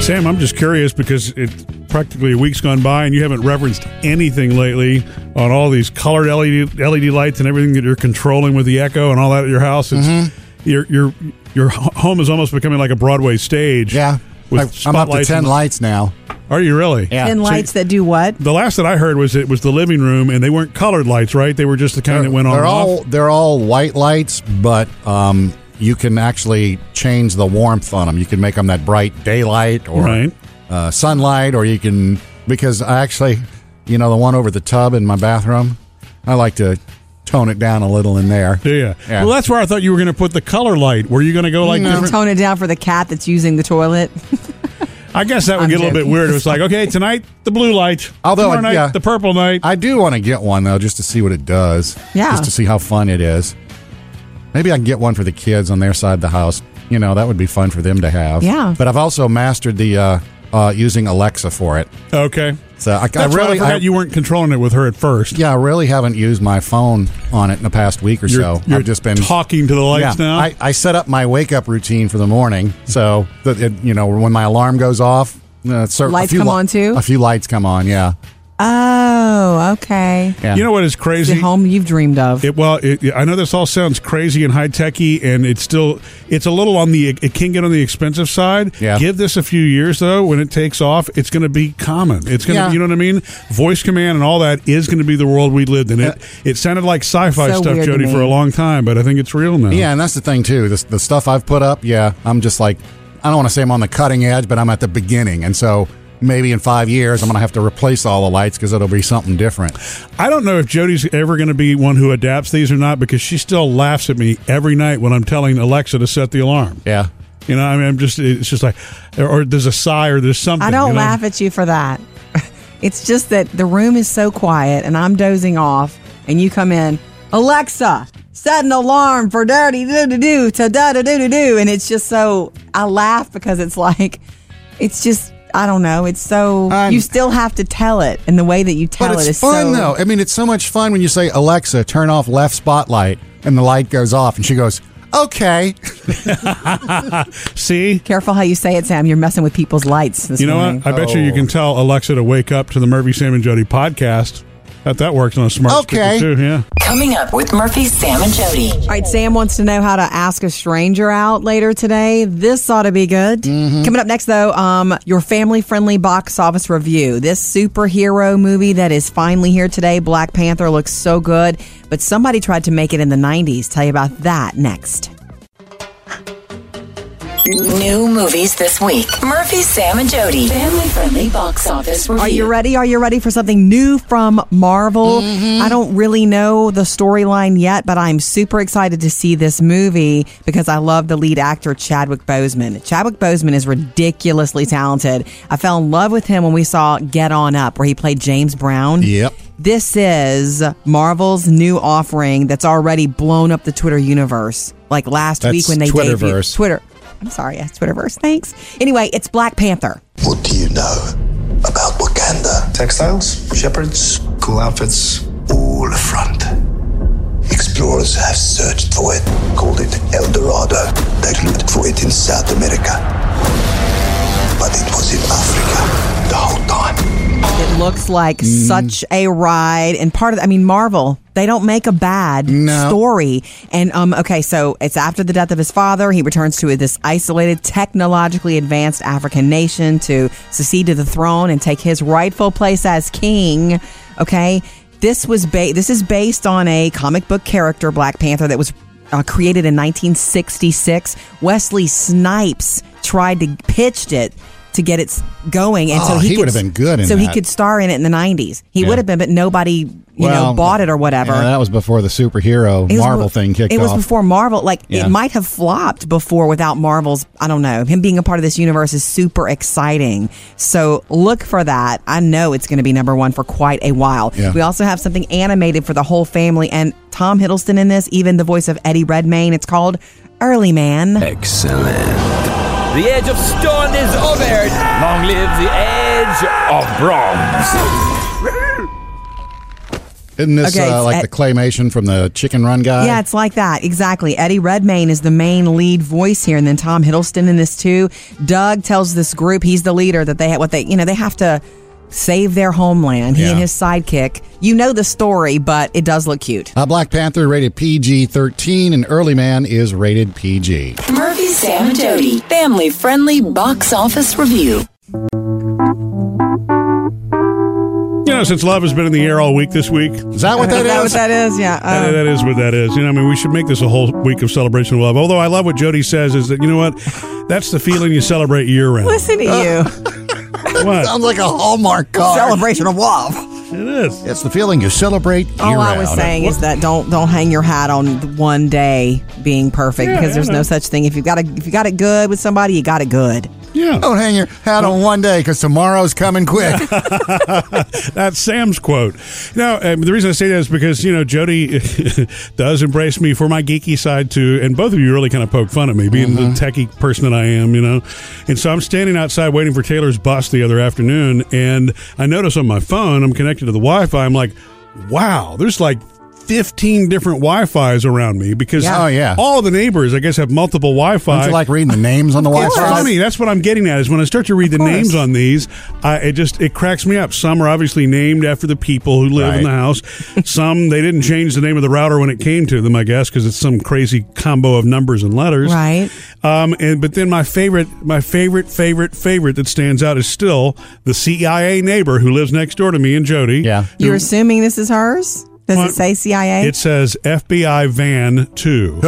Sam, I'm just curious because it's practically a week's gone by and you haven't referenced anything lately on all these colored E LED LED lights and everything that you're controlling with the Echo and all that at your house. It's, Mm-hmm. Your your your ho- home is almost becoming like a Broadway stage. Yeah. with Like, I'm up to spotlights 10 and- lights now. Are you really? Yeah. and So- lights that do what? The last that I heard was it was the living room, and they weren't colored lights, right? They were just the kind that went on. They're and off. all they're all white lights, but um, you can actually change the warmth on them. You can make them that bright daylight or Right. uh, sunlight, or you can because I actually, you know, the one over the tub in my bathroom, I like to tone it down a little in there. Do you? Yeah. Well, that's where I thought you were going to put the color light. Were you going to go like different? Tone it down for the cat that's using the toilet. I guess that would I'm get a little bit joking. weird. It was like, okay, tonight the blue light, Although, tomorrow night yeah. the purple night. I do want to get one though, just to see what it does. Yeah. Just to see how fun it is. Maybe I can get one for the kids on their side of the house. You know, that would be fun for them to have. Yeah. But I've also mastered the uh, uh, using Alexa for it. okay, So I, I that's why I really, forgot I, you weren't controlling it with her at first. yeah, I really haven't used my phone on it in the past week or You're, so. you're I've just been talking to the Yeah, lights now. I, I set up my wake up routine for the morning, so that it, you know when my alarm goes off, uh, cer- Lights a few come on, too? A few lights come on. Yeah. Oh, okay. yeah. you know what is The crazy? home you've dreamed of. It, well, it, I know this all sounds crazy and high techy, and it's still it's a little on the it can get on the expensive side. Yeah. Give this a few years though. When it takes off, it's going to be common. It's going to Yeah. you know what I mean. Voice command and all that is going to be the world we lived in. It Uh, it sounded like sci-fi So stuff, weird to Jody, me. for a long time, but I think it's real now. Yeah, and that's the thing too. The, the stuff I've put up, yeah, I'm just like, I don't want to say I'm on the cutting edge, but I'm at the beginning, and so maybe in five years I'm gonna have to replace all the lights because it'll be something different. I don't know if Jody's ever going to be one who adapts these or not because she still laughs at me every night when I'm telling Alexa to set the alarm. Yeah. You know, I mean, I'm just it's just like, or, or there's a sigh or there's something. I you don't know? laugh at you for that. It's just that the room is so quiet and I'm dozing off, and you come in, Alexa, set an alarm for dirty do do do to da da do do do. And it's just so, I laugh because it's like, it's just, I don't know. It's so, I'm- you still have to tell it, and the way that you tell But it it's is fun so. though. I mean, it's so much fun when you say Alexa, turn off left spotlight, and the light goes off, and she goes, "Okay." See, Careful how you say it, Sam. You're messing with people's lights this you know morning. what? I bet you you Oh. can tell Alexa to wake up to the Murphy Sam and Jody podcast. That that works on a smart Okay. speaker too. Yeah. Coming up with Murphy, Sam, and Jody. All right, Sam wants to know how to ask a stranger out later today. This ought to be good. Mm-hmm. Coming up next, though, um, your family friendly box office review. This superhero movie that is finally here today, Black Panther, looks so good, but somebody tried to make it in the 90s. Tell you about that next. New movies this week. Murphy, Sam, and Jody. Family friendly box office review. Are you ready? Are you ready for something new from Marvel? Mm-hmm. I don't really know the storyline yet, but I'm super excited to see this movie because I love the lead actor Chadwick Boseman. Chadwick Boseman is ridiculously talented. I fell in love with him when we saw Get On Up, where he played James Brown. Yep. This is Marvel's new offering that's already blown up the Twitter universe. Like last That's week when they Twitterverse. debuted Twitter. I'm sorry, yes, Twitterverse. Thanks. Anyway, it's Black Panther. What do you know about Wakanda? Textiles, shepherds, cool outfits. All front. Explorers have searched for it, called it El Dorado. They looked for it in South America. But it was in Africa the whole time. It looks like Mm-hmm. such a ride, and part of I mean Marvel. They don't make a bad No. story. And um, okay, so it's after the death of his father, he returns to this isolated, technologically advanced African nation to succeed to the throne and take his rightful place as king. Okay, this was ba- this is based on a comic book character, Black Panther, that was uh, created in 1966. Wesley Snipes tried to pitched it. To get it s- going, and Oh, so he, he could would've been good in so he that. could star in it in the 90s. He would have been, but nobody, you know, bought it or whatever. yeah, that was before the superhero It was Marvel be- thing kicked It was off. before Marvel. Like, Yeah. it might have flopped before without Marvel's, I don't know, him being a part of this universe is super exciting. So look for that. I know it's going to be number one for quite a while. Yeah. We also have something animated for the whole family, and Tom Hiddleston in this, even the voice of Eddie Redmayne. It's called Early Man. Excellent. The edge of stone is over. Long live the edge of bronze. Isn't this Okay, uh, it's like at- the claymation from the Chicken Run guy? Yeah, it's like that. Exactly. Eddie Redmayne is the main lead voice here, and then Tom Hiddleston in this too. Doug tells this group he's the leader that they have what they you know, they have to save their homeland. He Yeah. and his sidekick. You know the story, but it does look cute. Uh, Black Panther rated PG 13 and Early Man is rated PG. Murphy, Sam, and Jody. Family friendly box office review. You know, since love has been in the air all week this week, Is that what Is that that what is? that is? Yeah. that- Uh, that is what that is. You know, I mean, we should make this a whole week of celebration of love. Although I love what Jody says is that, you know what? That's the feeling you celebrate year round. Oh. listen to you. What? Sounds like a Hallmark card. Celebration of love. It is. It's the feeling you celebrate All year Oh, I was round. saying is that don't don't hang your hat on one day being perfect because there's no such thing. If you've got a, if you got it good with somebody, you got it good. Yeah. Don't hang your hat on one day because tomorrow's coming quick. That's Sam's quote. Now, um, the reason I say that is because, you know, Jody does embrace me for my geeky side, too. And both of you really kind of poke fun at me, being Mm-hmm. the techie person that I am, you know. And so I'm standing outside waiting for Taylor's bus the other afternoon. And I notice on my phone, I'm connected to the Wi Fi. I'm like, wow, there's like 15 different Wi-Fi's around me because Yeah. Oh, yeah. all the neighbors, I guess, have multiple Wi-Fi. Don't you like reading the names on the It's Wi-Fi? funny. That's what I'm getting at. Is when I start to read the course. names on these, I, it just it cracks me up. Some are obviously named after the people who live in Right. the house. some they didn't change the name of the router when it came to them, I guess, because it's some crazy combo of numbers and letters. Right. Um. And but then my favorite, my favorite, favorite, favorite that stands out is still the CIA neighbor who lives next door to me and Jody. Yeah. You're assuming this is hers. Does What? it say CIA? It says FBI van two.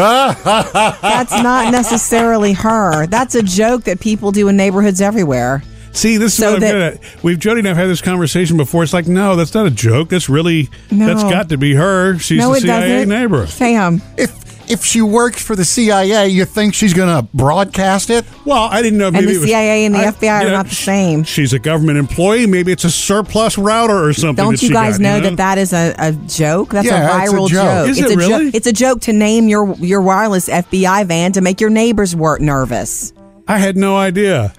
That's not necessarily her. That's a joke that people do in neighborhoods everywhere. See, this is So what I'm that- good at. We've Jody and I've had this conversation before. It's like, no, that's not a joke. That's really No. that's got to be her. She's no, the it CIA doesn't. neighbor. Sam, If if she works for the CIA, you think she's going to broadcast it? Well, I didn't know. Maybe the it was, CIA and the FBI are you not the same. She's a government employee. Maybe it's a surplus router or something. don't that you she guys got, know, you that that is a, a joke? That's Yeah, a it's a viral joke. Is it's it a really? joke. It's a joke to name your your wireless FBI van to make your neighbors work nervous. I had no idea.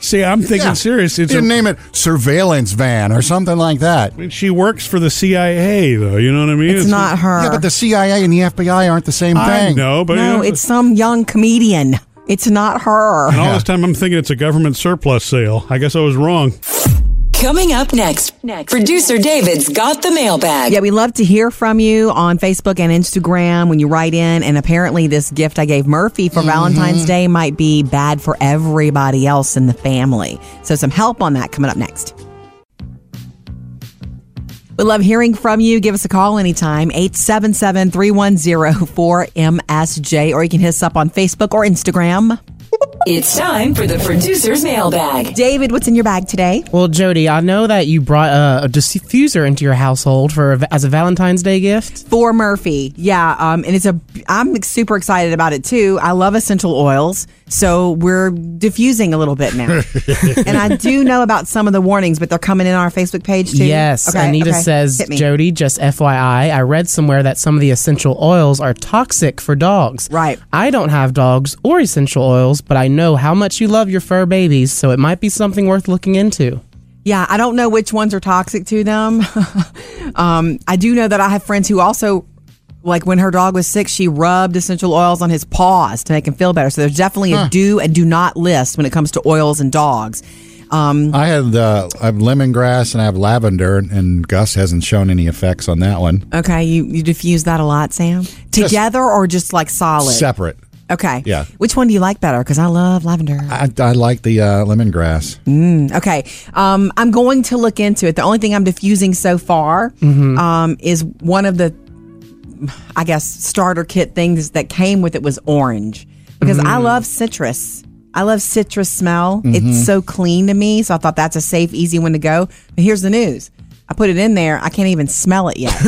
See, I'm thinking Yeah. serious. It's a, Didn't name it surveillance van or something like that. she works for the CIA, though. You know what I mean? It's, not her. Yeah, but the CIA and the FBI aren't the same I thing. know, but you no, know, it's some young comedian. It's not her. and all this time I'm thinking it's a government surplus sale. I guess I was wrong. Coming up next, producer David's got the mailbag. Yeah, we love to hear from you on Facebook and Instagram when you write in. And apparently, this gift I gave Murphy for Valentine's Day might be bad for everybody else in the family. So, some help on that coming up next. We love hearing from you. Give us a call anytime, 877 310 4MSJ, or you can hit us up on Facebook or Instagram. It's time for the producer's mailbag. David, what's in your bag today? Well, Jody, I know that you brought uh, a diffuser into your household for a, as a Valentine's Day gift. for Murphy. Yeah, um, and it's a. I'm super excited about it too. I love essential oils, so we're diffusing a little bit now. and I do know about some of the warnings, but they're coming in on our Facebook page too. Yes, Okay, Anita okay. says, Hit me. Jody, just FYI, I read somewhere that some of the essential oils are toxic for dogs. Right. I don't have dogs or essential oils, but I know how much you love your fur babies, so it might be something worth looking into. Yeah, I don't know which ones are toxic to them. um, I do know that I have friends who also. Like when her dog was sick, she rubbed essential oils on his paws to make him feel better. So there's definitely a do and do not list when it comes to oils and dogs. Um, I had uh, I have lemongrass and I have lavender, and Gus hasn't shown any effects on that one. Okay, you, you diffuse that a lot, Sam? Together or just like solid? Separate. Okay. Yeah. Which one do you like better? Because I love lavender. I, I like the uh, lemongrass. okay. Um, I'm going to look into it. The only thing I'm diffusing so far Mm-hmm. um, is one of the, I guess, starter kit things that came with it was orange because Mm. I love citrus. I love citrus smell. Mm-hmm. It's so clean to me. So I thought that's a safe, easy one to go. But here's the news. I put it in there. I can't even smell it yet.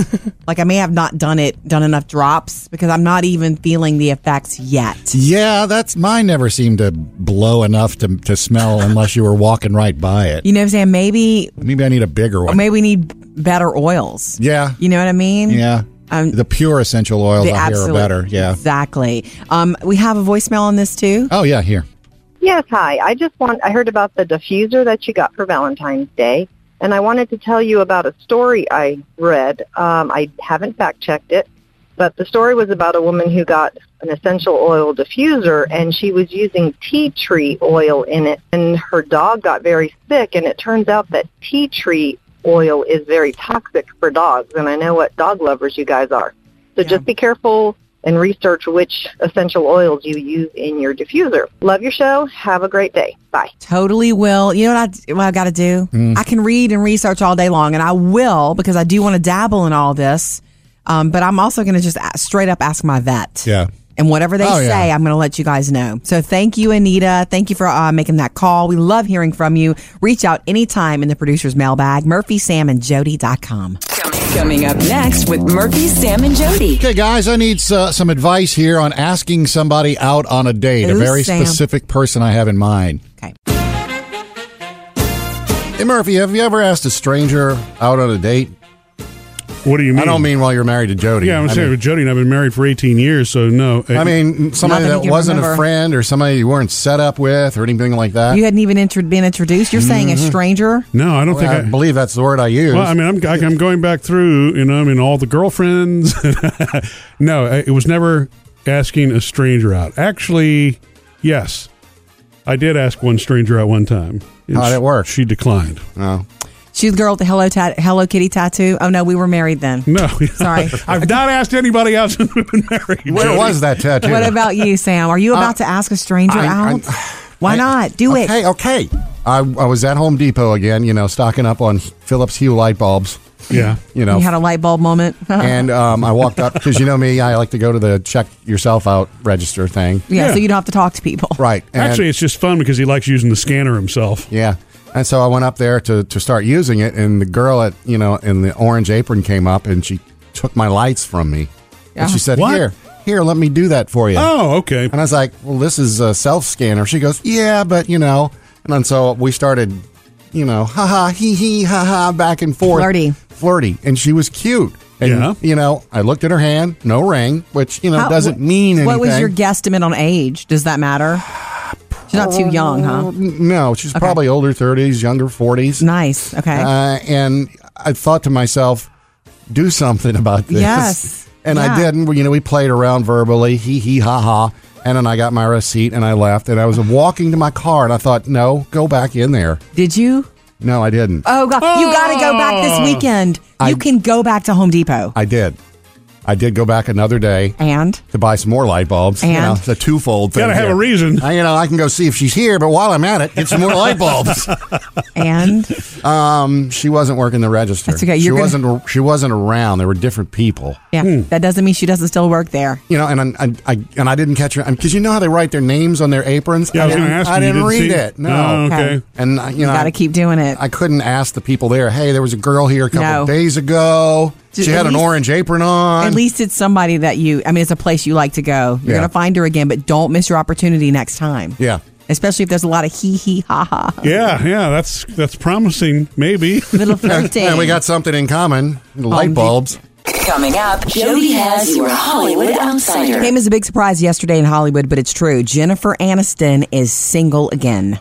like I may have not done it, done enough drops because I'm not even feeling the effects yet. Yeah, that's mine. Never seemed to blow enough to to smell unless you were walking right by it. You know what I'm saying? Maybe Maybe I need a bigger Or one. maybe we need better oils. Yeah. You know what I mean? Yeah. Um, the pure essential oils I hear are better. Yeah. Exactly. Um, we have a voicemail on this too. Oh yeah, here. Yes, hi. I just want I heard about the diffuser that you got for Valentine's Day And I wanted to tell you about a story I read. Um, I haven't fact checked it, but the story was about a woman who got an essential oil diffuser and she was using tea tree oil in it. And her dog got very sick, and it turns out that tea tree oil is very toxic for dogs. And I know what dog lovers you guys are. So just be careful and research which essential oils you use in your diffuser. Love your show. Have a great day. Bye. Totally will. You know what I what I got to do? Hmm. I can read and research all day long, and I will because I do want to dabble in all this. Um, but I'm also going to just a- straight up ask my vet. Yeah. And whatever they Oh, yeah. say, I'm going to let you guys know. So thank you, Anita. Thank you for uh, making that call. We love hearing from you. Reach out anytime in the producer's mailbag, murphysamandjody.com. Coming up next with Murphy, Sam, and Jody. Okay, guys, I need uh, some advice here on asking somebody out on a date. a Ooh, very Sam. specific person I have in mind. Okay. Hey, Murphy, have you ever asked a stranger out on a date? What do you mean? I don't mean while you're married to Jody. Yeah, I'm I saying mean- with Jody and I've been married for 18 years, so no. I mean, somebody Not that he that can wasn't a remember. friend or somebody you weren't set up with or anything like that. You hadn't even intro- been introduced. You're saying a Mm-hmm. stranger? no, I don't I, think I. believe that's the word I use. Well, I mean, I'm I'm going back through, you know, I mean, all the girlfriends. no, I- it was never asking a stranger out. Actually, yes, I did ask one stranger out one time. And How'd sh- it work? She declined. oh. She's the girl with the Hello, ta- Hello Kitty tattoo. Oh, no, we were married then. No, Sorry. I've not asked anybody else since we've been married. Where Jody. was that tattoo? What about you, Sam? Are you about to ask a stranger Uh, I- I- out? Why not? Do it. okay, okay. I, I was at Home Depot again, you know, stocking up on Philips Hue light bulbs, Yeah. you know, You had a light bulb moment. and um, I walked up because you know me, I like to go to the check yourself out register thing. yeah, Yeah. so you don't have to talk to people. Right. And, Actually, it's just fun because he likes using the scanner himself. yeah. And so I went up there to, to start using it, and the girl at you know in the orange apron came up and she took my lights from me, and she said, What? "Here, here, let me do that for you." Oh, okay. And I was like, "Well, this is a self scanner." She goes, "Yeah, but you know." And then so we started, you know, ha ha hee hee ha ha back and forth, Flirty. flirty, and she was cute. And, Yeah. You know, I looked at her hand, no ring, which you know How- doesn't wh- mean anything. What was your guesstimate on age? Does that matter? She's not too young, huh? No, she's probably older thirties, younger forties. Nice. Okay. Uh, and I thought to myself, do something about this. Yes. And Yeah. I didn't. Well, You know, we played around verbally, hee hee ha ha. And then I got my receipt and I left. And I was walking to my car and I thought, no, go back in there. Did you? No, I didn't. Oh God! You got to go back this weekend. You can go back to Home Depot Oh. I did. I did go back another day and to buy some more light bulbs. You And? know, it's a twofold thing. Gotta have here. a reason. I, you know, I can go see if she's here, but while I'm at it, get some more light bulbs. and Hmm. She wasn't working the register. That's okay. She You're gonna- wasn't. She wasn't around. There were different people. yeah. That doesn't mean she doesn't still work there. you know, and I, I, I and I didn't catch her because you know how they write their names on their aprons. Yeah, I was going to didn't- ask you. I you didn't read see- it. Oh, No, okay. Okay. and uh, you know, Got to keep doing it. I couldn't ask the people there. Hey, there was a girl here a couple No. days ago. Just she at had an least- orange apron on. At least it's somebody that you. I mean, it's a place you like to go. You're Yeah. gonna find her again, but don't miss your opportunity next time. yeah. Especially if there's a lot of hee hee ha ha. Yeah, yeah, that's that's promising. Maybe. little flirting. And we got something in common: the the- light bulbs. Coming up, Jody has your Hollywood Outsider. Came as a big surprise yesterday in Hollywood, but it's true. Jennifer Aniston is single again.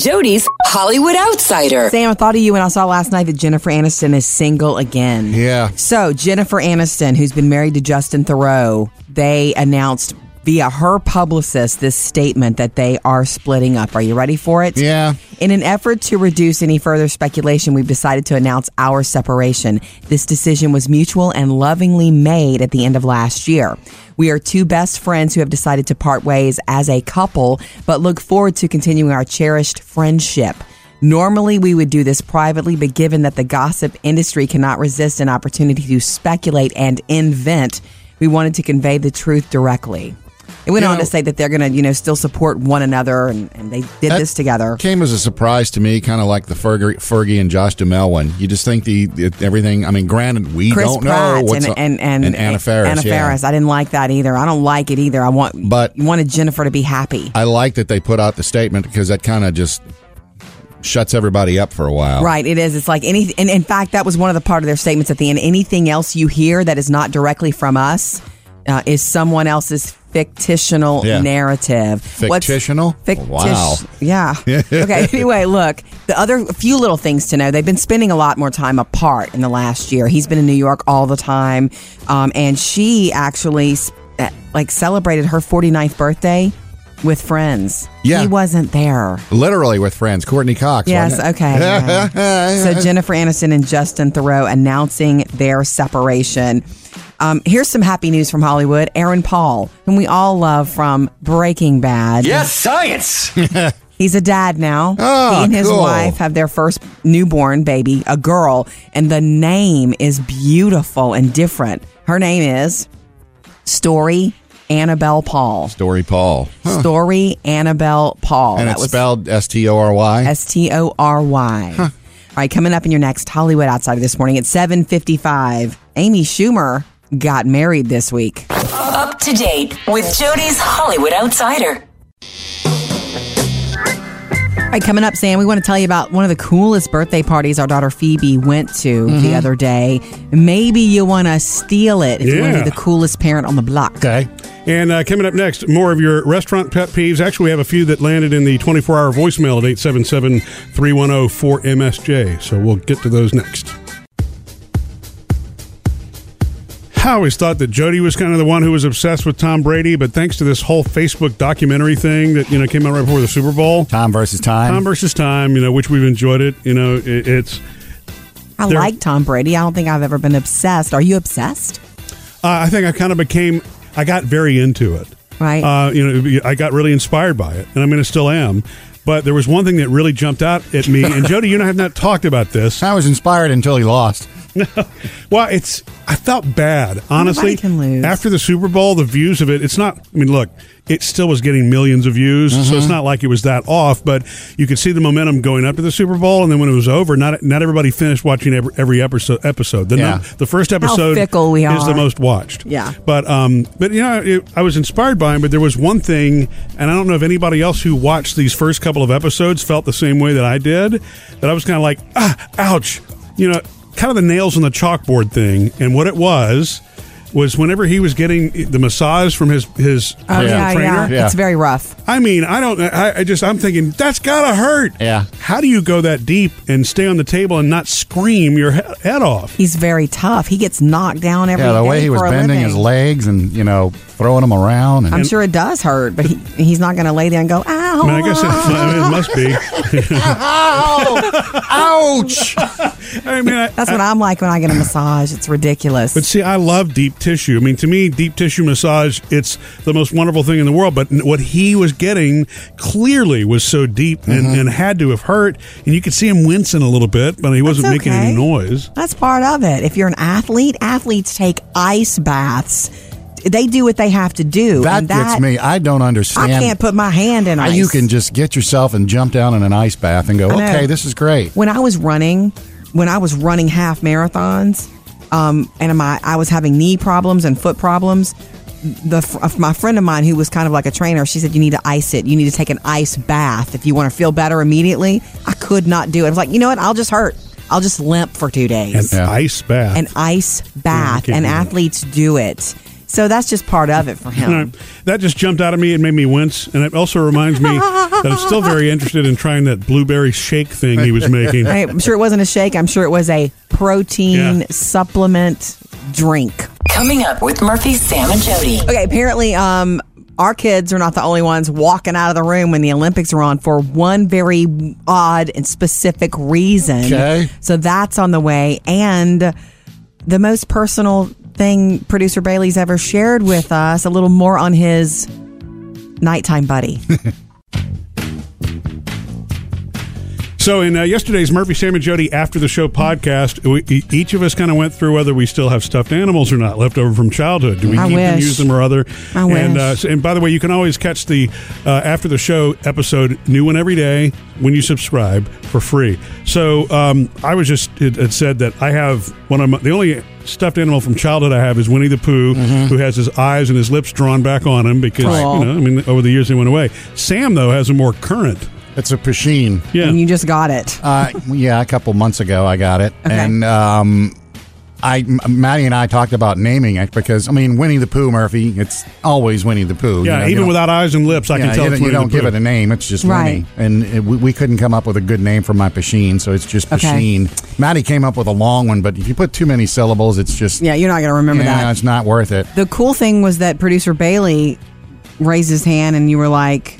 Jody's Hollywood Outsider. Sam, I thought of you when I saw last night that Jennifer Aniston is single again. Yeah. So, Jennifer Aniston, who's been married to Justin Thoreau, they announced via her publicist this statement that they are splitting up. Are you ready for it? Yeah. In an effort to reduce any further speculation, we've decided to announce our separation. This decision was mutual and lovingly made at the end of last year. We are two best friends who have decided to part ways as a couple, but look forward to continuing our cherished friendship. Normally, we would do this privately, but given that the gossip industry cannot resist an opportunity to speculate and invent, we wanted to convey the truth directly. It went You on know- to say that they're going to, you know, still support one another, and, and they did That this together. Came as a surprise to me, kind of like the Fergie, Fergie and Josh Duhamel one. You just think the, the everything. I mean, granted, we Chris don't Pratt know what's and, a- and, and and Anna Faris. Anna yeah. Faris. I didn't like that either. I don't like it either. I want But- you wanted Jennifer to be happy. I like that they put out the statement because that kind of just shuts everybody up for a while. Right, it is. It's like any, and in fact, that was one of the part of their statements at the end. Anything else you hear that is not directly from us, uh, is someone else's fictional Yeah. narrative. What's- Fictional? Fictish. Wow. Yeah. okay. Anyway, look, the other few little things to know. They've been spending a lot more time apart in the last year. He's been in New York all the time, um, and she actually uh, like celebrated her 49th birthday with friends. Yeah. He wasn't there. Literally with friends. Courtney Cox. Yes. wasn't it? Okay. yeah. so Jennifer Aniston and Justin Thoreau announcing their separation. Um, here's some happy news from Hollywood. Aaron Paul, whom we all love from Breaking Bad. Yes, science. He's a dad now. Ah, he and his cool. wife have their first newborn baby, a girl, and the name is beautiful and different. Her name is Story Annabelle Paul. Story Paul. Story Annabelle Paul. And Oh, That it's was- spelled S T O R Y. S T O R Y. All right, coming up in your next Hollywood Outsider this morning at 7:55. Amy Schumer got married this week. Up to date with Jody's Hollywood Outsider. All right, coming up, Sam, we want to tell you about one of the coolest birthday parties our daughter Phoebe went to Mm-hmm. the other day. Maybe you want to steal it if you want to Yeah. be the coolest parent on the block. Okay. And uh, coming up next, more of your restaurant pet peeves. Actually, we have a few that landed in the 24 hour voicemail at 877 310 4MSJ. So we'll get to those next. I always thought that Jody was kind of the one who was obsessed with Tom Brady, but thanks to this whole Facebook documentary thing that you know came out right before the Super Bowl, Time versus time. Tom versus Time, you know, which we've enjoyed it. You know, it, it's I There- like Tom Brady. I don't think I've ever been obsessed. Are you obsessed? uh, I think I kind of became, I got very into it. Right. Uh, you know, I got really inspired by it, and I mean, I still am. But there was one thing that really jumped out at me, and Jody, you and I have not talked about this. I was inspired until he lost. Well, it's I felt bad, honestly. Nobody can lose. After the Super Bowl, the views of it, it's not. I mean, look, it still was getting millions of views, so Uh-huh. it's not like it was that off. But you could see the momentum going up to the Super Bowl, and then when it was over, not not everybody finished watching every, every episode. Episode the Yeah. num- the first episode fickle we is the are. most. most watched. Yeah. But um, but you know, it, I was inspired by him. But there was one thing, and I don't know if anybody else who watched these first couple of episodes felt the same way that I did. That I was kind of like, ah, ouch, you know, kind of the nails on the chalkboard thing. And what it was was whenever he was getting the massage from his his Oh, yeah, yeah, trainer. Yeah. It's very rough. I mean, I don't. I, I just I'm thinking that's gotta hurt. Yeah. How do you go that deep and stay on the table and not scream your he- head off? He's very tough. He gets knocked down every day. Yeah, the way he was for a bending living. his legs and, you know, throwing them around. And I'm sure it does hurt, but he, he's not going to lay there and go, ow. I mean, I guess it, I mean, it must be. Ouch! I mean, I, That's what I'm like when I get a massage. It's ridiculous. But see, I love deep tissue. I mean, to me, deep tissue massage, it's the most wonderful thing in the world. But what he was getting clearly was so deep and, Mm-hmm. and had to have hurt. And you could see him wincing a little bit, but he wasn't That's making okay. any noise. That's part of it. If you're an athlete, athletes take ice baths. They do what they have to do. That and gets me. I don't I understand. can't put my hand in how ice. You can just get yourself and jump down in an ice bath and go, know. okay, this is great. when I was running, when I was running half marathons, um, and my I was having knee problems and foot problems. The fr- my friend of mine who was kind of like a trainer, she said you need to ice it. You need to take an ice bath if you want to feel better immediately. I could not do it. I was like, you know what? I'll just hurt. I'll just limp for two An days. ice bath. An ice bath, uh, can't and do that. athletes do it. So that's just part of it for him. And I- that just jumped out at me and made me wince. And it also reminds me that I'm still very interested in trying that blueberry shake thing he was making. Right, I'm sure it wasn't a shake. I'm sure it was a protein Yeah. supplement drink. Coming up with Murphy, Sam, and Jody. Okay, apparently, um, our kids are not the only ones walking out of the room when the Olympics are on for one very odd and specific reason. Okay. So that's on the way. And the most personal thing producer Bailey's ever shared with us, a little more on his nighttime buddy. So in uh, yesterday's Murphy, Sam, and Jody after the show podcast, we, e- each of us kind of went through whether we still have stuffed animals or not left over from childhood. Do we I keep them, wish. use them, or other? I and, wish. Uh, s- and by the way, you can always catch the uh, after the show episode, new one every day when you subscribe for free. So um, I was just it, it said that I have one of my, the only stuffed animal from childhood I have is Winnie the Pooh, who has his eyes and his lips drawn back on him because Mm-hmm. Aw. you know I mean over the years they went away. Sam though has a more current. It's a Pasheen. Yeah. And you just got it. Uh, yeah, a couple months ago I got it, Okay. and um, I M- Maddie and I talked about naming it because I mean Winnie the Pooh Murphy. It's always Winnie the Yeah, Pooh. you know, you even don't- without eyes and lips, I yeah, can tell you, it's don't- you Winnie don't the give Pooh. it a name. It's just Right. Winnie, and it, we, we couldn't come up with a good name for my Pasheen, so it's just Okay. Pasheen. Maddie came up with a long one, but if you put too many syllables, it's just Yeah, you're not going to remember yeah, that. it's not worth it. The cool thing was that producer Bailey raised his hand and you were like,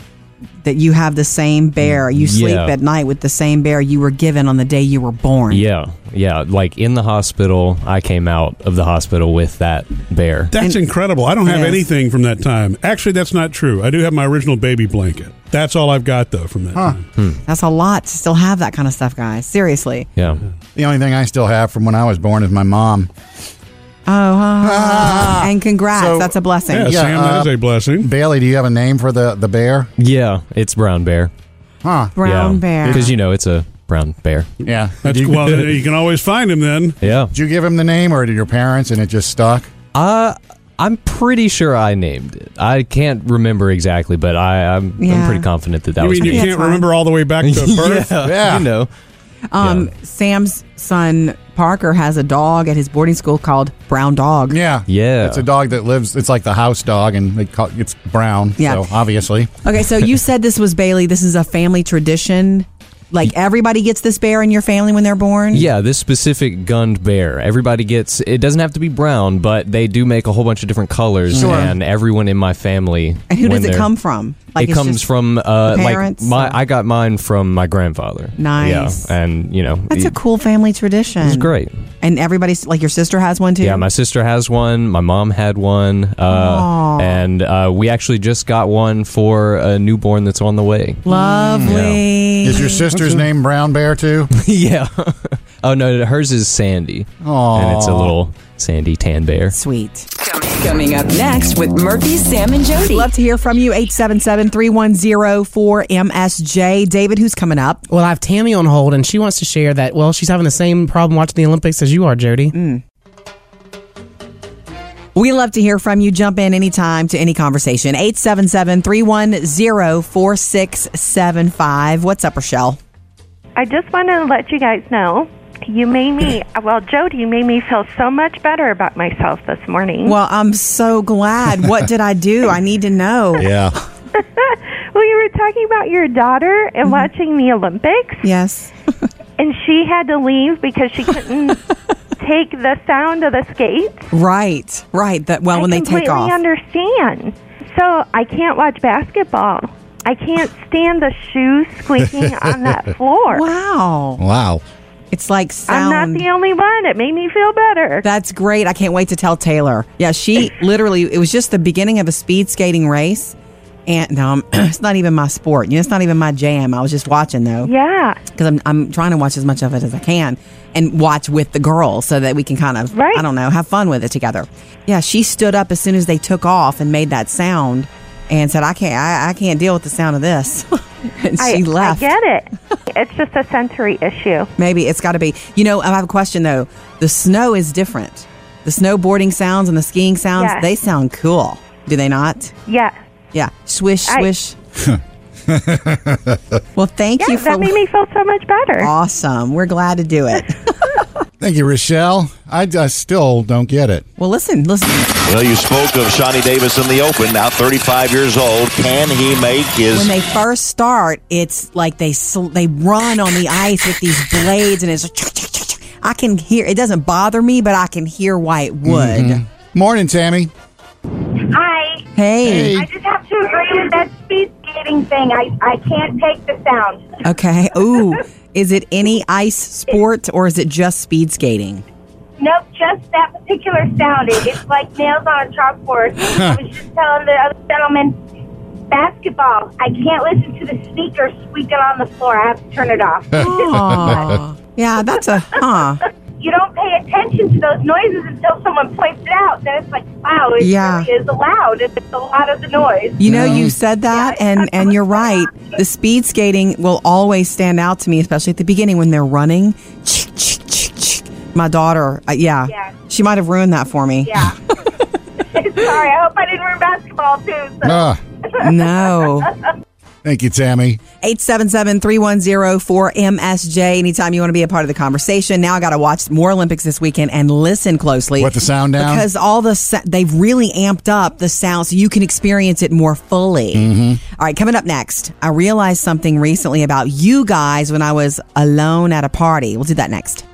that you have the same bear. You sleep Yeah. at night with the same bear you were given on the day you were born. Yeah, yeah. Like in the hospital, I came out of the hospital with that bear. That's And- incredible. I don't have Yes. anything from that time. Actually, that's not true. I do have my original baby blanket. That's all I've got though from that. Time. That's a lot to still have that kind of stuff, guys. Seriously. Yeah. The only thing I still have from when I was born is my mom. Oh, and congrats. So- That's a blessing. Yeah, Yeah, Sam, that uh, is a blessing. Bailey, do you have a name for the the bear? Yeah, it's brown bear. Huh? Brown bear. Because, you know, it's a brown bear. Yeah. That's, did, you, well, you can always find him then. Yeah. did you give him the name, or did your parents and it just stuck? Uh, I'm pretty sure I named it. I can't remember exactly, but I, I'm, Yeah. I'm pretty confident that that You was mean you me. That's can't fine. remember all the way back to birth? yeah, Yeah. you know. um, Yeah. Sam's son Parker has a dog at his boarding school called Brown Dog. Yeah. Yeah. It's a dog that lives. It's like the house dog, and they call it's brown. Yeah. So obviously, Okay, so you said this was Bailey. This is a family tradition. Like everybody gets this bear in your family when they're born. Yeah, this specific gunned bear. Everybody gets it doesn't have to be brown, but they do make a whole bunch of different colors and everyone in my family And who when does it they're- come from? it it's comes just- from uh the like parents, my or- I got mine from my grandfather. Nice. Yeah, and you know That's a it- cool family tradition. it's great. And everybody's like your sister has one too. Yeah, my sister has one. My mom had one, uh, and uh, we actually just got one for a newborn that's on the way. lovely. is your sister's name Brown Bear too? yeah. oh no, hers is Sandy, and it's a little Sandy tan bear. Sweet. Coming up next with Murphy, Sam, and Jody. Love to hear from you. 877-310-4MSJ. David, who's coming up? Well, I have Tammy on hold, and she wants to share that. Well, she's having the same problem watching the Olympics as you are, Jody. Mm. We love to hear from you. Jump in anytime to any conversation. 877-310-4675. What's up, Rochelle? I just want to let you guys know you made me, well, Jody, you made me feel so much better about myself this morning. Well, I'm so glad. What did I do? I need to know. yeah. Well, you were talking about your daughter and watching the Olympics, Yes. and she had to leave because she couldn't take the sound of the skates. Right. Right. That well when I they completely take off. understand. So I can't watch basketball. I can't stand the shoes squeaking on that floor. wow. Wow. It's like sound. I'm not the only one. It made me feel better. That's great. I can't wait to tell Taylor. Yeah, she literally, it was just the beginning of a speed skating race. And um, it's not even my sport. You know, it's not even my jam. I was just watching though, yeah. because I'm, I'm trying to watch as much of it as I can and watch with the girls so that we can kind of, Right. I don't know, have fun with it together. Yeah, she stood up as soon as they took off and made that sound and said, I can't, I, I can't deal with the sound of this. and I, she left. I get it. it's just a sensory issue. Maybe it's got to be. You know, I have a question though. The snow is different. The snowboarding sounds and the skiing sounds, Yes. they sound cool. Do they not? Yeah. Yeah. Swish, I- swish. well, thank Yeah, you that for made me feel so much better. awesome. We're glad to do it. Thank you, Rochelle. I, I still don't get it. well, listen, listen. Well, you spoke of Shawnee Davis in the Open, now 35 years old. Can he make When his they first start, it's like they sl- they run on the ice with these blades and it's I can hear it doesn't bother me, but I can hear why it would. Morning, Tammy. Hi. Hey. I just have to agree with that speed skating thing. I, I can't take the sound. Okay. Ooh. Is it any ice sport or is it just speed skating? Nope, just that particular sound. It, it's like nails on a chalkboard. I was just telling the other gentleman, basketball. I can't listen to the speaker squeaking on the floor. I have to turn it off. Aw. yeah, that's a huh. you don't pay attention to those noises until someone points it out. Then it's like, wow, it Yeah. really is loud. It's a lot of the noise. You know, you said that, and and you're right. The speed skating will always stand out to me, especially at the beginning when they're running. My daughter, uh, yeah, Yeah. she might have ruined that for me. Yeah. Sorry, I hope I didn't wear basketball too. So. Ah, No, Thank you, Tammy. 877-310-4MSJ. Anytime you want to be a part of the conversation. Now I got to watch more Olympics this weekend and listen closely. What the sound down? Because all the sa- they've really amped up the sound so you can experience it more fully. Mm-hmm. All right, coming up next, I realized something recently about you guys when I was alone at a party. We'll do that next.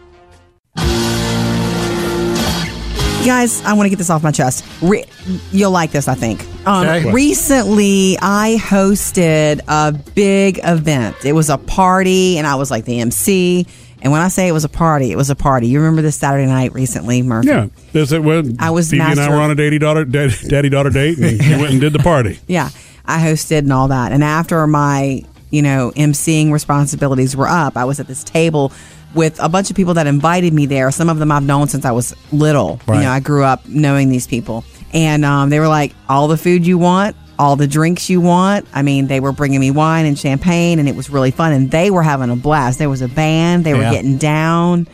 You guys, I want to get this off my chest. Re- you'll like this, I think. Um, Okay. What? Recently, I hosted a big event. It was a party, and I was like the MC. And when I say it was a party, it was a party. You remember this Saturday night recently, Murphy? Yeah, There's that when I was Phoebe and I master- were on a daddy daughter daddy daughter date, and he went and did the party. Yeah, I hosted and all that. And after my, you know, emceeing responsibilities were up, I was at this table with a bunch of people that invited me there. Some of them I've known since I was little. You Right. know, I grew up knowing these people. And um, they were like, all the food you want, all the drinks you want. I mean, they were bringing me wine and champagne, and it was really fun. And they were having a blast. There was a band, they Yeah. were getting down.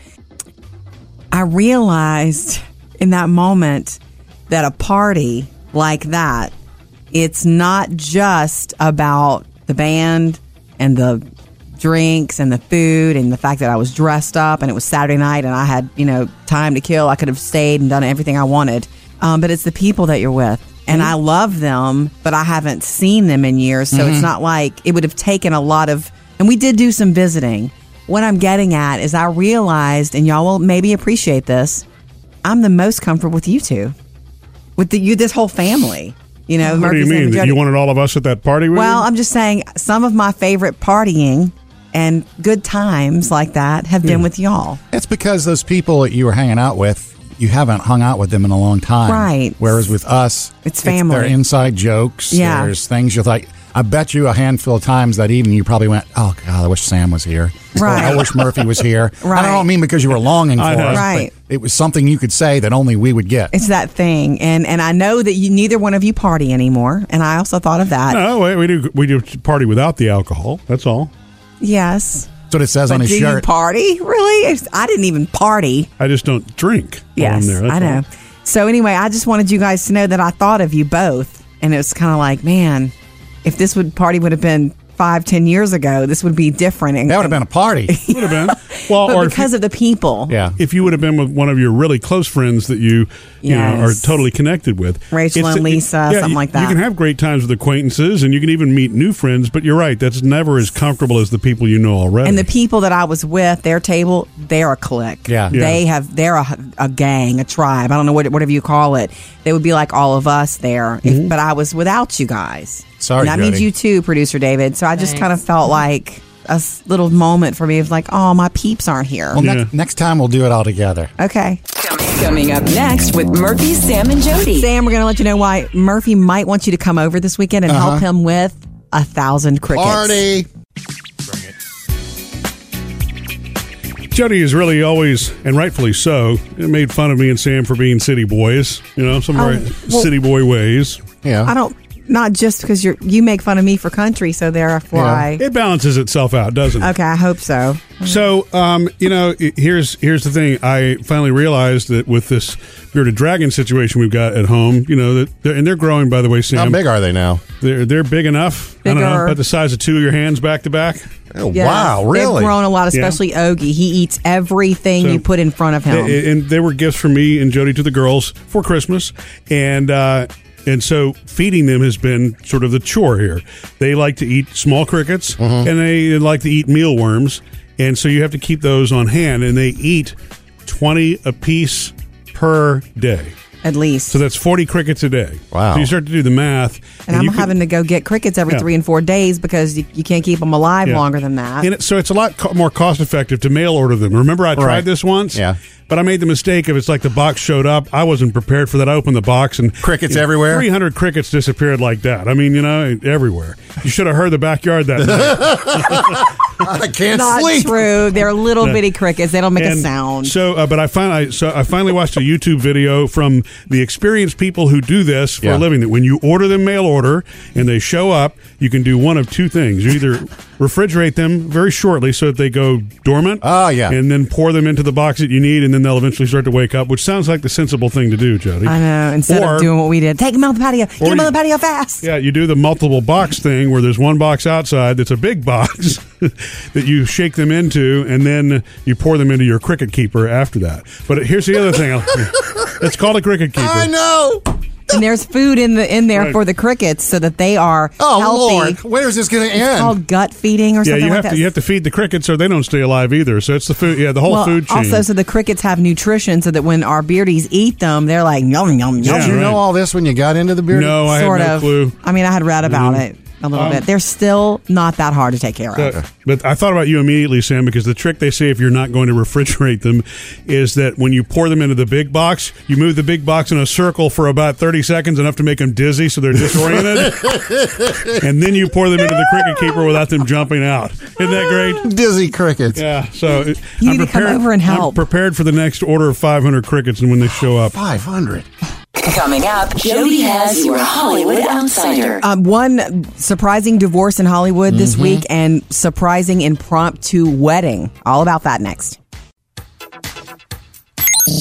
I realized in that moment that a party like that, it's not just about the band and the drinks and the food and the fact that I was dressed up and it was Saturday night and I had, you know, time to kill. I could have stayed and done everything I wanted. Um, but it's the people that you're with. And I love them, but I haven't seen them in years. So Mhm. it's not like it would have taken a lot of, and we did do some visiting. What I'm getting at is I realized, and y'all will maybe appreciate this, I'm the most comfortable with you two, with the, you, this whole family. You know, what do you Murphy's mean Ham and that Jody. you wanted all of us at that party? With Well, I'm just saying some of my favorite partying and good times like that have been with y'all. It's because those people that you were hanging out with, you haven't hung out with them in a long time. Right. Whereas with us, It's family. there are inside jokes. Yeah. There's things you're like, I bet you a handful of times that evening you probably went, oh, God, I wish Sam was here. Or, Right. I wish Murphy was here. And I Right. don't mean because you were longing for I us, know. but Right. it was something you could say that only we would get. It's that thing, and and I know that you neither one of you party anymore, and I also thought of that. no, wait, we do we do party without the alcohol. That's all. Yes, That's what it says but on his do you shirt. party really? It's- I didn't even party. I just don't drink. while I'm Yes, there, Oh, that's I know. all. So anyway, I just wanted you guys to know that I thought of you both, and it was kind of like, man, if this would party would have been five, ten years ago, this would be different. And, that would have been a party. would have been. Well, but or if because of the people, Yeah. If you would have been with one of your really close friends that you, you know, are Yes. totally connected with, Rachel It's- and Lisa, something you- like that. You can have great times with acquaintances, and you can even meet new friends. But you're right; that's never as comfortable as the people you know already. And the people that I was with, their table, they're a clique. Yeah. Yeah. They have, they're a, a gang, a tribe. I don't know what, whatever you call it. They would be like all of us there. If, But I was without you guys. Mm-hmm. Sorry, And that means Jody. you too, producer David. So I just Thanks. kind of felt like a s- little moment for me of like, oh, my peeps aren't here. Well, next, next time we'll do it all together. okay. Coming up next with Murphy, Sam, and Jody. Sam, we're going to let you know why Murphy might want you to come over this weekend and help Uh-huh. him with a thousand crickets. Party. Jody is really always, and rightfully so, made fun of me and Sam for being city boys. You know, some of our Oh, well- city boy ways. Yeah, I don't, not just because you're, you make fun of me for country, so therefore I. It balances itself out, doesn't it? Okay, I hope so. So, um, you know, i- here's here's the thing. I finally realized that with this bearded dragon situation we've got at home, you know, that they're, and they're growing. By the way, Sam, How big are they now? They're they're big enough. I don't know, Bigger. about the size of two of your hands back to back. Oh Yes. They've grown a lot, especially Ogie. He eats everything So- you put in front of him. They- and they were gifts from me and Jody to the girls for Christmas, and uh, and so feeding them has been sort of the chore here. They like to eat small crickets, and they like to eat mealworms, and so you have to keep those on hand, and they eat twenty apiece per day. At least. So that's 40 crickets a day. Wow. So you start to do the math. and I'm you can- having to go get crickets every Yeah. three and four days because you, you can't keep them alive Yeah. longer than that. And it, so it's a lot co- more cost effective to mail order them. Remember, I tried Right. this once. Yeah. But I made the mistake of it's like the box showed up. I wasn't prepared for that. I opened the box and Crickets everywhere? Three hundred crickets disappeared like that. I mean, you know, everywhere. You should have heard the backyard that night. I can't Not sleep. true. They're little No. bitty crickets. They don't make a And sound. So, uh, but I finally, so I finally watched a YouTube video from the experienced people who do this for a Yeah. living. That when you order them mail order and they show up, you can do one of two things: you either refrigerate them very shortly so that they go dormant. Ah, yeah. and then pour them into the box that you need, and then they'll eventually start to wake up. Which sounds like the sensible thing to do, Jody. I know. Instead Or- of doing what we did, take them out the patio. Get Or them on you- the patio fast. Yeah, you do the multiple box thing where there's one box outside that's a big box that you shake them into, and then you pour them into your cricket keeper after that. But here's the other thing it's called a cricket keeper. I know. And there's food in the in there Right. for the crickets so that they are Oh healthy. Lord, where is this going to It's end? called gut feeding or Yeah, something you like have that. to you have to feed the crickets or they don't stay alive either. So it's the food. Yeah, the whole well, food chain. Also, so the crickets have nutrition so that when our beardies eat them, they're like, yum, yum, yum. Yeah, Did you know right. all this when you got into the beard? no, I sort had no of. clue. I mean, I had read about it a little Um, bit. They're still not that hard to take care of. But, but I thought about you immediately, Sam, because the trick they say if you're not going to refrigerate them is that when you pour them into the big box, you move the big box in a circle for about 30 seconds, enough to make them dizzy so they're disoriented. and then you pour them into the cricket keeper without them jumping out. Isn't that great? Dizzy crickets. Yeah. So it- Mm. You need to come over and help. I'm prepared for the next order of 500 crickets and when they show up. Five hundred. Coming up, Jody has your Hollywood Outsider. Um, one surprising divorce in Hollywood this Mm-hmm. week and surprising impromptu wedding. All about that next.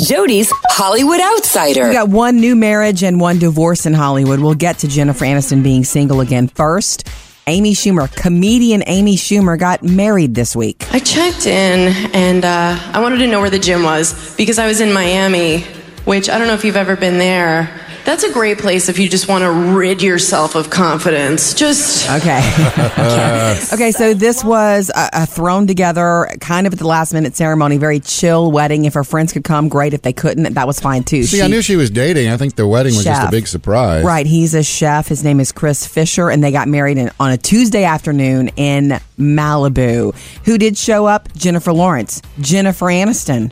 Jody's Hollywood Outsider. We got one new marriage and one divorce in Hollywood. We'll get to Jennifer Aniston being single again first. Amy Schumer, comedian Amy Schumer, got married this week. I checked in and uh, I wanted to know where the gym was because I was in Miami, which I don't know if you've ever been there. That's a great place if you just want to rid yourself of confidence. Just Okay. Okay, so this was a, a thrown together, kind of at the last minute ceremony, very chill wedding. If her friends could come, great. If they couldn't, that was fine too. See, I knew she was dating. I think the wedding was just Chef. a big surprise. Right, he's a chef. His name is Chris Fisher, and they got married in, on a Tuesday afternoon in Malibu. Who did show up? Jennifer Lawrence, Jennifer Aniston,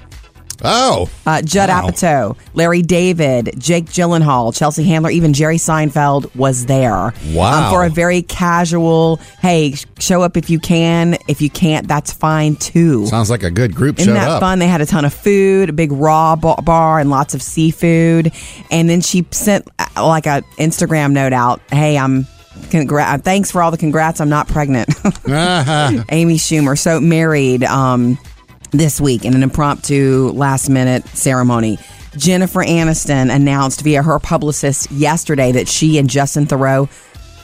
Oh, uh, Judd Wow. Apatow, Larry David, Jake Gyllenhaal, Chelsea Handler, even Jerry Seinfeld was there. Um, Wow. for a very casual, hey, sh- show up if you can. If you can't, that's fine too. sounds like a good group Isn't showed that up. fun? They had a ton of food, a big raw ba- bar, and lots of seafood. And then she sent uh, like a Instagram note out, "Hey, I'm congrats. Thanks for all the congrats. I'm not pregnant." Uh-huh. Amy Schumer, so married um, this week in an impromptu last minute ceremony. Jennifer Aniston announced via her publicist yesterday that she and Justin Thoreau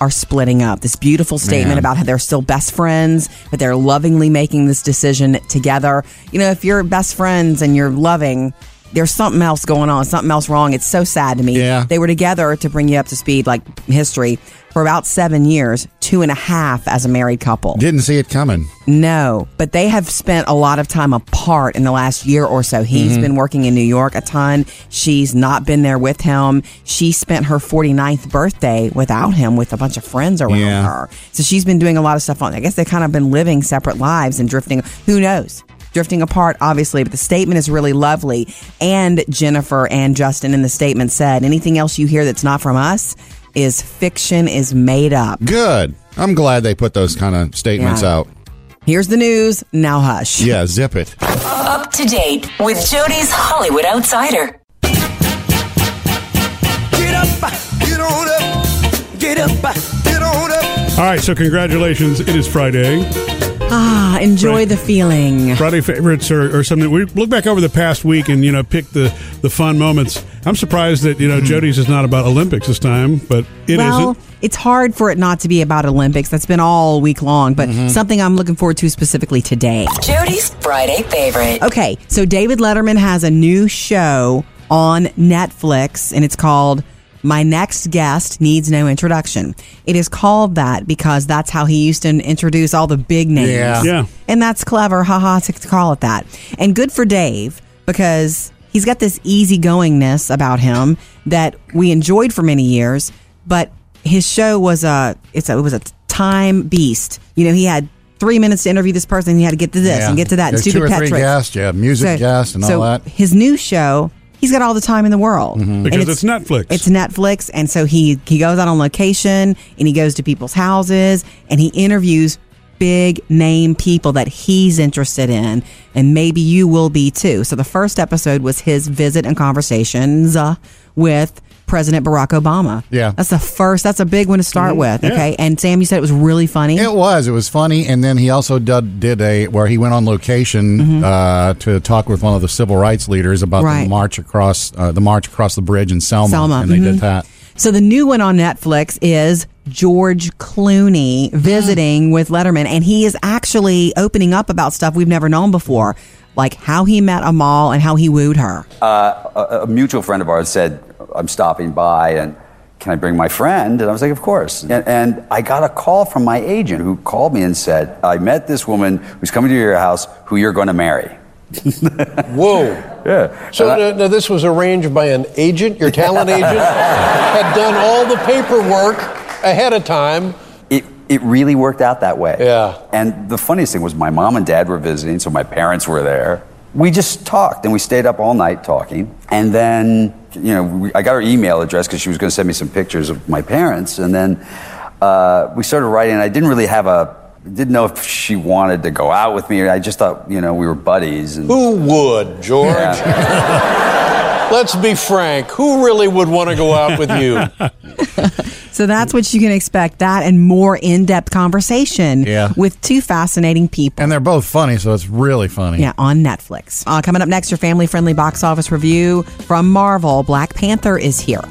are splitting up. This beautiful statement Man. about how they're still best friends, but they're lovingly making this decision together. You know, if you're best friends and you're loving, there's something else going on, something else wrong. It's so sad to me. Yeah. They were together to bring you up to speed, like history, for about seven years, two and a half as a married couple. Didn't see it coming. No, but they have spent a lot of time apart in the last year or so. He's Mm-hmm. been working in New York a ton. She's not been there with him. She spent her 49th birthday without him with a bunch of friends around Yeah. her. So she's been doing a lot of stuff on. I guess they kind of been living separate lives and drifting. Who knows? Drifting apart, obviously, but the statement is really lovely. And Jennifer and Justin in the statement said, anything else you hear that's not from us is fiction, is made up. Good. I'm glad they put those kind of statements Yeah. out. Here's the news. Now hush. Yeah, uh, zip it. Up to date with Jody's Hollywood Outsider. Get up, get on up, get up, get on up. All right, so congratulations. It is Friday. Ah, enjoy the feeling. Friday favorites or, or something. We look back over the past week and you know pick the the fun moments. I'm surprised that you know Jody's is not about Olympics this time, but it well, not it's hard for it not to be about Olympics. That's been all week long, but something I'm looking forward to specifically today. Jody's Friday favorite. Okay, so David Letterman has a new show on Netflix, and it's called My Next Guest Needs No Introduction. It is called that because that's how he used to introduce all the big names. Yeah. Yeah. And that's clever, haha, to to call it that. And good for Dave because he's got this easygoingness about him that we enjoyed for many years. But his show was a it's a, it was a time beast. You know, he had three minutes to interview this person. He had to get to this Yeah. and get to that. There's and two or stupid three pet tricks. guests. Yeah, music guests and so all that. Mm-hmm. His new show, he's got all the time in the world And Because it's Netflix. It's Netflix, and so he he goes out on location and he goes to people's houses and he interviews big name people that he's interested in, and maybe you will be too. So the first episode was his visit and conversations uh, with President Barack Obama. Yeah. That's the first, that's a big one to start Mm-hmm. Mhm. with. Yeah. Okay. And Sam, you said it was really funny. It was. It was funny. And then he also did, did a where he went on location uh, to talk with one of the civil rights leaders about Mm-hmm. Right. the march across uh, the march across the bridge in Selma. Selma, And they did mhm. that. So the new one on Netflix is George Clooney visiting with Letterman, and he is actually opening up about stuff we've never known before, like how he met Amal and how he wooed her. uh, a, a mutual friend of ours said, I'm stopping by and can I bring my friend? And I was like, of course. And, and I got a call from my agent who called me and said, I met this woman who's coming to your house who you're going to marry. Whoa. Yeah. So now, now this was arranged by an agent, your talent agent, had done all the paperwork ahead of time. It, it really worked out that way. Yeah. And the funniest thing was my mom and dad were visiting, so my parents were there. We just talked and we stayed up all night talking. And then, you know, we, I got her email address because she was going to send me some pictures of my parents. And then uh, we started writing. and I didn't really have a, didn't know if she wanted to go out with me. I just thought, you know, we were buddies. And, Who would, George? Let's be frank. Who really would want to go out with you? So that's what you can expect that and more in depth conversation Yeah. with two fascinating people. And they're both funny, so it's really funny. Yeah, on Netflix. Uh, coming up next, your family friendly box office review from Marvel Black Panther is here.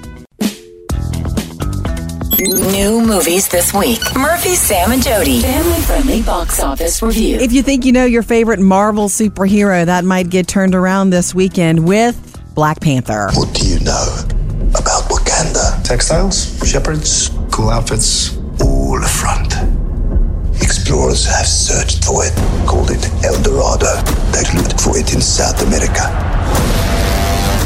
New movies this week. Murphy, Sam, and Jody. Family friendly box office review. If you think you know your favorite Marvel superhero, that might get turned around this weekend with Black Panther. Do you know about Wakanda? Textiles, shepherds, cool outfits, all front. Explorers have searched for it, called it El Dorado. They looked for it in South America,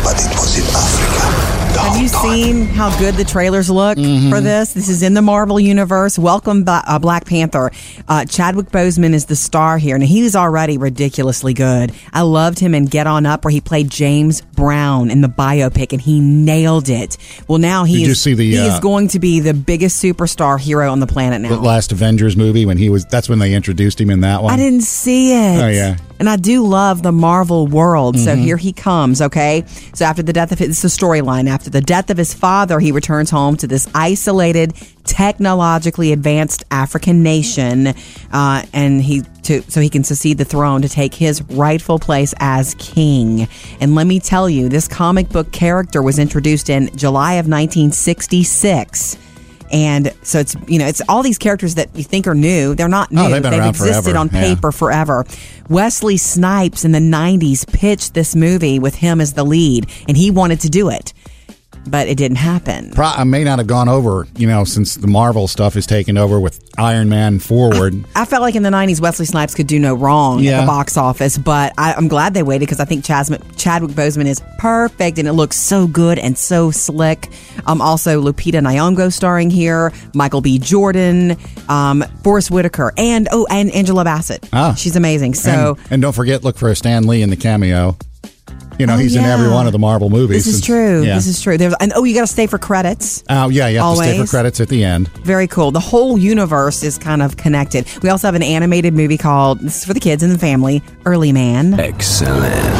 but it was in Africa. The Have you seen how good the trailers look Mm-hmm. for this? This is in the Marvel universe. Welcome, Ba- uh, Black Panther. Uh, Chadwick Boseman is the star here, and he was already ridiculously good. I loved him in Get On Up, where he played James Brown in the biopic, and he nailed it. Well, now he Did you is- see the, he uh, is going to be the biggest superstar hero on the planet now. The last Avengers movie when he was that's when they introduced him in that one. I didn't see it. Oh, yeah. And I do love the Marvel world. So Mhm. here he comes, okay? So after the death of his, it's the storyline. After the death of his father, he returns home to this isolated, technologically advanced African nation. Uh, and he, to, so he can succeed the throne to take his rightful place as king. And let me tell you, this comic book character was introduced in July of 1966. And so it's, you know, it's all these characters that you think are new. They're not new. Oh, they've been around existed forever. on Yeah. paper forever. Wesley Snipes in the 90s pitched this movie with him as the lead, and he wanted to do it, but it didn't happen. Pro- I may not have gone over, you know, since the Marvel stuff is taken over with Iron Man forward. I felt like in the 90s, Wesley Snipes could do no wrong at Yeah. the box office, but I, I'm glad they waited because I think Chasm- Chadwick Boseman is perfect and it looks so good and so slick. Um, also, Lupita Nyongo starring here, Michael B. Jordan, um, Forrest Whitaker, and oh, and Angela Bassett. Ah. She's amazing. So. and, and don't forget, look for Stan Lee in the cameo. You know, Oh, he's in every yeah. one of the Marvel movies. This is It's- true. Yeah. This is true. There's, and oh, you got to stay for credits. Oh yeah, you have to stay for Always. credits at the end. Very cool. The whole universe is kind of connected. We also have an animated movie called This is for the kids and the family, Early Man. Excellent.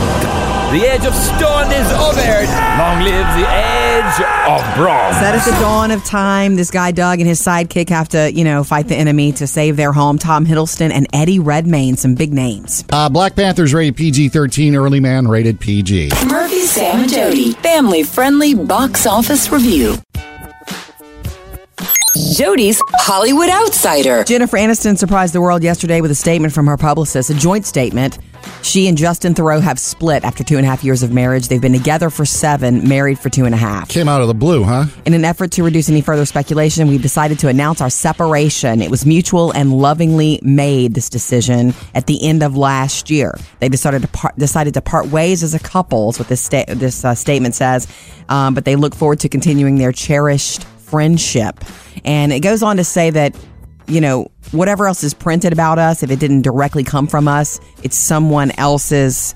The age of stone is over. Long live the age of bronze. Set at the dawn of time, this guy Doug and his sidekick have to, you know, fight the enemy to save their home. Tom Hiddleston and Eddie Redmayne, some big names. Uh, Black Panther's rated PG 13, Early Man rated PG. Murphy, Sam, and Jody. Family friendly box office review. Jody's Hollywood Outsider. Jennifer Aniston surprised the world yesterday with a statement from her publicist, a joint statement. She and Justin Thoreau have split after two and a half years of marriage. They've been together for seven, married for two and a half. Came out of the blue, huh? In an effort to reduce any further speculation, we've decided to announce our separation. It was mutual and lovingly made this decision at the end of last year. They decided to part, decided to part ways as a couple, is what this sta- this uh, statement says. Um, but they look forward to continuing their cherished friendship. And it goes on to say that you know whatever else is printed about us, if it didn't directly come from us, it's someone else's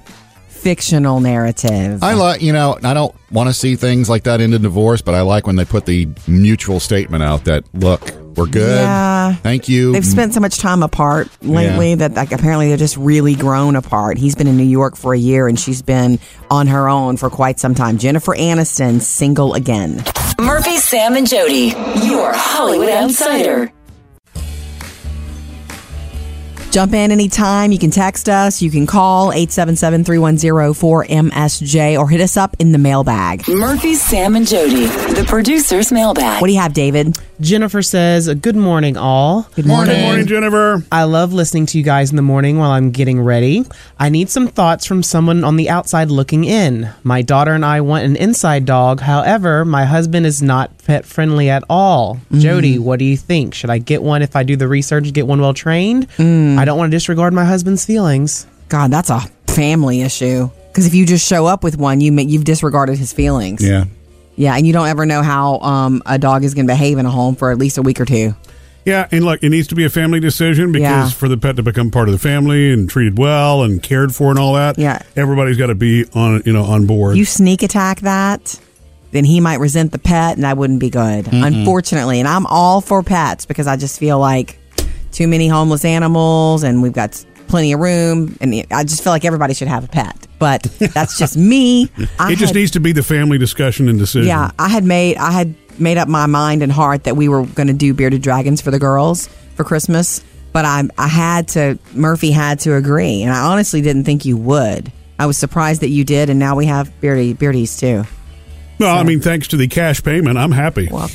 fictional narrative. I like, you know, I don't want to see things like that into divorce, but I like when they put the mutual statement out that, look, We're good. Yeah. Thank you. They've spent so much time apart lately Yeah. that like apparently they're just really grown apart. He's been in New York for a year and she's been on her own for quite some time. Jennifer Aniston single again. Murphy, Sam, and Jody, your Hollywood Outsider. Jump in anytime. You can text us, you can call 877-310-4MSJ or hit us up in the mailbag. Murphy, Sam, and Jody, the producer's mailbag. What do you have, David? Jennifer says, Good morning, all. Good morning. Good morning, Jennifer. I love listening to you guys in the morning while I'm getting ready. I need some thoughts from someone on the outside looking in. My daughter and I want an inside dog. However, my husband is not pet friendly at all. Jody, what do you think? Should I get one if I do the research, get one well trained? I don't want to disregard my husband's feelings. God, that's a family issue. Because if you just show up with one, you ma- you've disregarded his feelings. Yeah. Yeah, and you don't ever know how um, a dog is going to behave in a home for at least a week or two. Yeah, and look, it needs to be a family decision because Yeah. for the pet to become part of the family and treated well and cared for and all that, yeah, everybody's got to be on you know on board. You sneak attack that, then he might resent the pet, and that wouldn't be good. Mm-mm. Unfortunately, and I'm all for pets because I just feel like too many homeless animals, and we've got plenty of room, and I just feel like everybody should have a pet. But that's just me. I it just had- needs to be the family discussion and decision. Yeah, I had made I had made up my mind and heart that we were going to do bearded dragons for the girls for Christmas, but I I had to Murphy had to agree, and I honestly didn't think you would. I was surprised that you did, and now we have beardy beardies too. Well, I mean, thanks to the cash payment, I'm happy. What?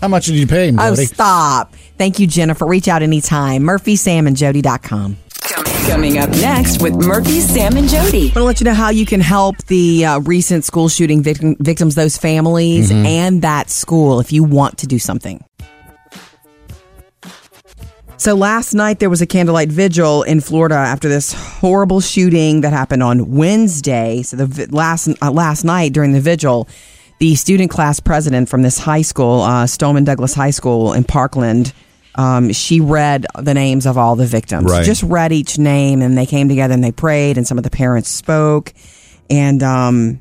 How much did you pay, Oh, Jody? stop. Thank you, Jennifer. Reach out anytime. MurphySamandJody.com. Coming up next with Murphy, Sam, and Jody. I want to let you know how you can help the uh, recent school shooting victim, victims, those families, Mhm. and that school if you want to do something. So last night there was a candlelight vigil in Florida after this horrible shooting that happened on Wednesday. So the vi- last uh, last night during the vigil, the student class president from this high school, uh, Stoneman Douglas High School in Parkland, um, she read the names of all the victims. Right. Just read each name, and they came together and they prayed, and some of the parents spoke, and um,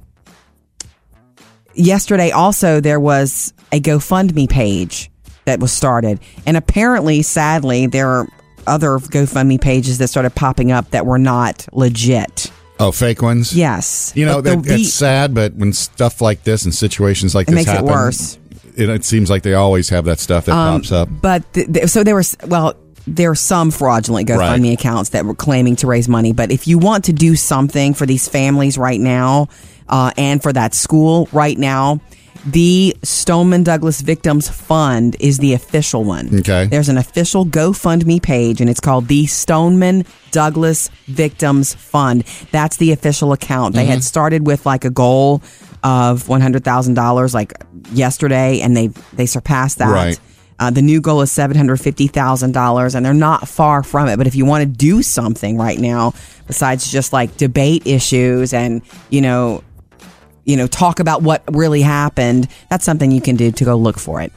yesterday also there was a GoFundMe page that was started. And apparently, sadly, there are other GoFundMe pages that started popping up that were not legit. Oh, fake ones? Yes. You know, But the that, re- it's sad, but when stuff like this and situations like It this makes it happen, worse. It, it seems like they always have that stuff that Um, pops up. But th- th- so there was well, there are some fraudulent GoFundMe accounts that were claiming to raise money. But if you want to do something for these families right now, uh, and for that school right now. The Stoneman Douglas Victims Fund is the official one. Okay. There's an official GoFundMe page, and it's called the Stoneman Douglas Victims Fund. That's the official account. Mm-hmm. They had Mhm. started with like a goal of one hundred thousand dollars, like yesterday, and they they surpassed that. Right. Uh, the new goal is seven hundred fifty thousand dollars, and they're not far from it. But if you want to do something right now, besides just like debate issues and you know, you know, talk about what really happened, that's something you can do to go look for it.